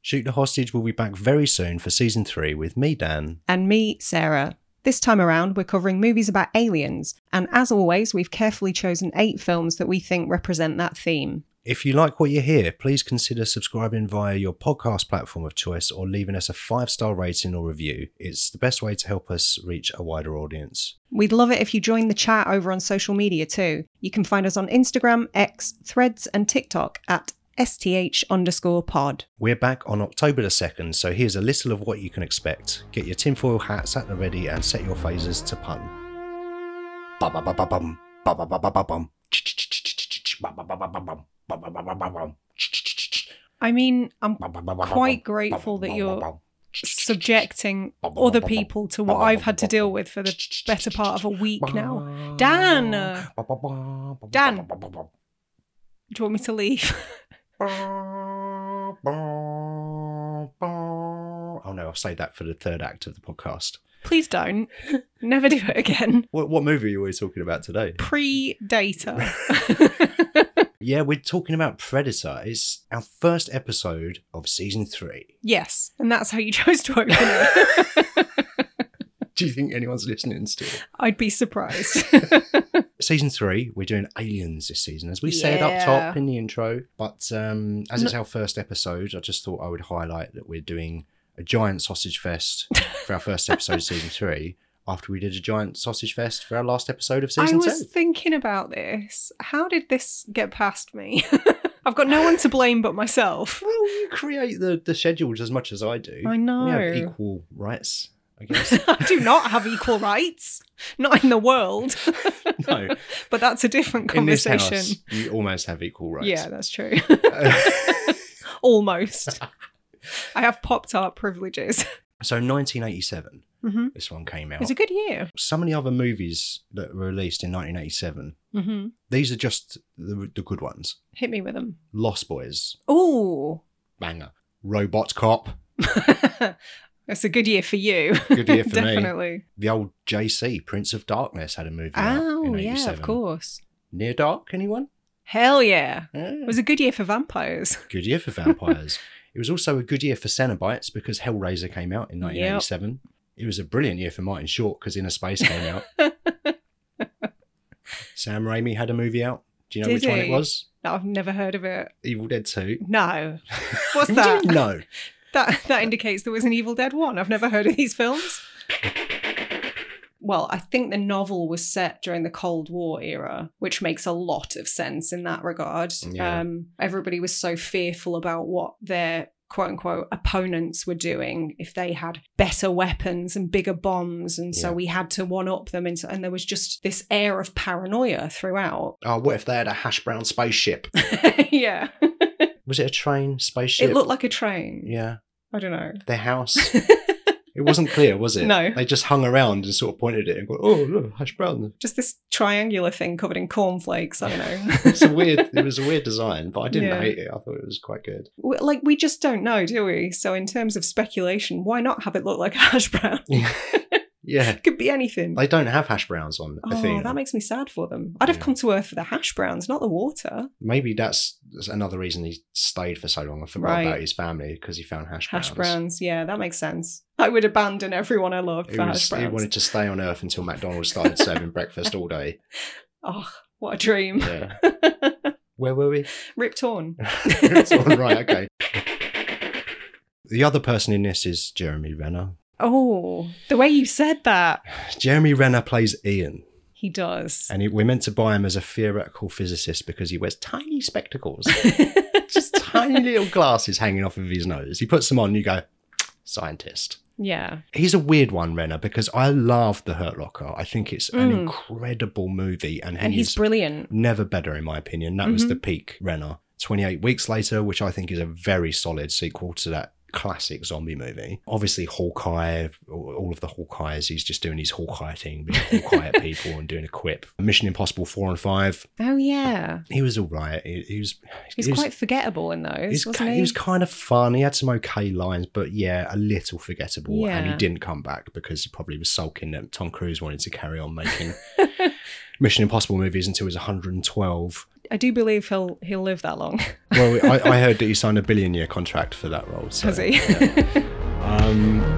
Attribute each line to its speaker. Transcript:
Speaker 1: Shoot the Hostage will be back very soon for season three with me, Dan.
Speaker 2: And me, Sarah. This time around, we're covering movies about aliens, and as always, we've carefully chosen eight films that we think represent that theme.
Speaker 1: If you like what you hear, please consider subscribing via your podcast platform of choice or leaving us a five star rating or review. It's the best way to help us reach a wider audience.
Speaker 2: We'd love it if you join the chat over on social media too. You can find us on Instagram, X, Threads, and TikTok at STH underscore pod.
Speaker 1: We're back on October the 2nd, so here's a little of what you can expect. Get your tinfoil hats at the ready and set your phasers to pun. Ba-ba-ba-ba-bum, ba-ba-ba-ba-bum, ch-ch-ch-ch-ch-ch, ba-ba-ba-ba-bum, ba-ba-ba-ba-bum, ch-ch-ch-ch-ch,
Speaker 2: I mean, I'm
Speaker 1: ba-ba-ba-ba-bum,
Speaker 2: Quite grateful that you're-
Speaker 1: ba-ba-ba-bum, ch-ch-ch-ch-ch,
Speaker 2: subjecting other people to what I've had to deal with for the better part of a week now. Dan!
Speaker 1: Ba-ba-ba-bum,
Speaker 2: Dan!
Speaker 1: ba-ba-ba-bum,
Speaker 2: Do you want me to leave?
Speaker 1: Oh no, I've saved that for the third act of the podcast.
Speaker 2: Please don't. Never do it again.
Speaker 1: What, what movie are we talking about today?
Speaker 2: Pre-data.
Speaker 1: Yeah, we're talking about Predator. It's our first episode of season three.
Speaker 2: yes, and that's how you chose to open it.
Speaker 1: Do you think anyone's listening still?
Speaker 2: I'd be surprised.
Speaker 1: Season three, we're doing aliens this season, as we said up top
Speaker 2: Yeah.
Speaker 1: in the intro. But um, as it's our first episode, I just thought I would highlight that we're doing a giant sausage fest for our first episode of season three. After we did a giant sausage fest for our last episode of
Speaker 2: I
Speaker 1: season
Speaker 2: was
Speaker 1: two.
Speaker 2: thinking about this. How did this get past me? I've got no one to blame but myself.
Speaker 1: Well, you create the, the schedules as much as I do.
Speaker 2: I
Speaker 1: We have
Speaker 2: know.
Speaker 1: equal rights, I guess.
Speaker 2: I do not have equal rights. Not in the world.
Speaker 1: no,
Speaker 2: But that's a different
Speaker 1: in this
Speaker 2: conversation.
Speaker 1: house, you almost have equal rights.
Speaker 2: Yeah, that's true.
Speaker 1: Uh,
Speaker 2: Almost. I have Pop Tart privileges.
Speaker 1: so 1987,
Speaker 2: Mm-hmm.
Speaker 1: this one came
Speaker 2: It
Speaker 1: out.
Speaker 2: was a good year.
Speaker 1: Some of the other movies that were released in 1987,
Speaker 2: Mm-hmm.
Speaker 1: these are just the, the good ones.
Speaker 2: Hit me with them.
Speaker 1: Lost Boys,
Speaker 2: Ooh.
Speaker 1: banger. Robot Cop,
Speaker 2: that's a good year for you.
Speaker 1: good year for me.
Speaker 2: Definitely.
Speaker 1: The old JC, Prince of Darkness, had a movie out
Speaker 2: Oh,
Speaker 1: in 87.
Speaker 2: yeah, of course.
Speaker 1: Near Dark, anyone?
Speaker 2: Hell yeah.
Speaker 1: Yeah.
Speaker 2: It was a good year for vampires.
Speaker 1: good year for vampires. it was also a good year for Cenobites because Hellraiser came out in 1987. It was a brilliant year for Martin Short because Inner Space came out. Sam Raimi had a movie out. Do you know
Speaker 2: Did
Speaker 1: which one it
Speaker 2: he?
Speaker 1: was?
Speaker 2: No, I've never heard of it.
Speaker 1: Evil Dead 2.
Speaker 2: No. What's
Speaker 1: You
Speaker 2: that?
Speaker 1: don't know.
Speaker 2: That that indicates there was an Evil Dead one. I've never heard of these films. Well, I think the novel was set during the Cold War era, which makes a lot of sense in that regard.
Speaker 1: Yeah.
Speaker 2: Um, everybody was so fearful about what their quote unquote opponents were doing if they had better weapons and bigger bombs. And so
Speaker 1: Yeah.
Speaker 2: we had to one up them. And, so, and there was just this air of paranoia throughout.
Speaker 1: Oh, what if they had a hash brown spaceship?
Speaker 2: yeah.
Speaker 1: Was it a train spaceship?
Speaker 2: It looked like a train.
Speaker 1: yeah,
Speaker 2: I don't know.
Speaker 1: their house. it wasn't clear, was it?
Speaker 2: No.
Speaker 1: They just hung around and sort of pointed at it and go, "Oh, look, hash brown."
Speaker 2: just this triangular thing covered in cornflakes. I don't know.
Speaker 1: It's a weird. it was a weird design, but I didn't
Speaker 2: Yeah.
Speaker 1: hate it. I thought it was quite good.
Speaker 2: We- like we just don't know, do we? So in terms of speculation, why not have it look like a hash brown?
Speaker 1: Yeah.
Speaker 2: Could be anything.
Speaker 1: They don't have hash browns on
Speaker 2: oh,
Speaker 1: Athena.
Speaker 2: that makes me sad for them. I'd have
Speaker 1: Yeah.
Speaker 2: come to Earth for the hash browns, not the water.
Speaker 1: Maybe that's, that's another reason he stayed for so long. I forgot
Speaker 2: Right.
Speaker 1: about his family because he found hash browns.
Speaker 2: Hash browns, yeah, that makes sense. I would abandon everyone I loved
Speaker 1: He,
Speaker 2: for
Speaker 1: was-
Speaker 2: hash
Speaker 1: he
Speaker 2: browns.
Speaker 1: wanted to stay on Earth until McDonald's started serving breakfast all day.
Speaker 2: Oh, what a dream.
Speaker 1: Yeah. Where were we?
Speaker 2: Rip torn.
Speaker 1: it's all right. Okay. The other person in this is Jeremy Renner.
Speaker 2: Oh, the way you said that.
Speaker 1: Jeremy Renner plays Ian,
Speaker 2: He does.
Speaker 1: and he, we're meant to buy him as a theoretical physicist because he wears tiny spectacles, just tiny little glasses hanging off of his nose. He puts them on, you go, scientist.
Speaker 2: yeah.
Speaker 1: He's a weird one, Renner, because I love The Hurt Locker. I think it's an
Speaker 2: Mm.
Speaker 1: incredible movie, and,
Speaker 2: And he's
Speaker 1: he's,
Speaker 2: brilliant.
Speaker 1: never better, in my opinion. That was
Speaker 2: Mhm.
Speaker 1: the peak Renner. 28 Weeks Later, which I think is a very solid sequel to that classic zombie movie. Obviously, Hawkeye, all of the Hawkeyes, he's just doing his Hawkeye thing, being Hawkeye at people and doing a quip. Mission Impossible 4 and 5,
Speaker 2: Oh, yeah.
Speaker 1: he was all right. He, he was.
Speaker 2: He's
Speaker 1: he was-
Speaker 2: quite forgettable in those,
Speaker 1: He's,
Speaker 2: wasn't
Speaker 1: ki-
Speaker 2: he?
Speaker 1: he was kind of fun. He had some okay lines, but yeah, a little forgettable. And he
Speaker 2: Yeah.
Speaker 1: didn't come back because he probably was sulking that Tom Cruise wanted to carry on making Mission Impossible movies until he was 112.
Speaker 2: I do believe he'll he'll live that long,
Speaker 1: Well, I, I heard that he signed a billion year contract for that role. So,
Speaker 2: has he?
Speaker 1: Um,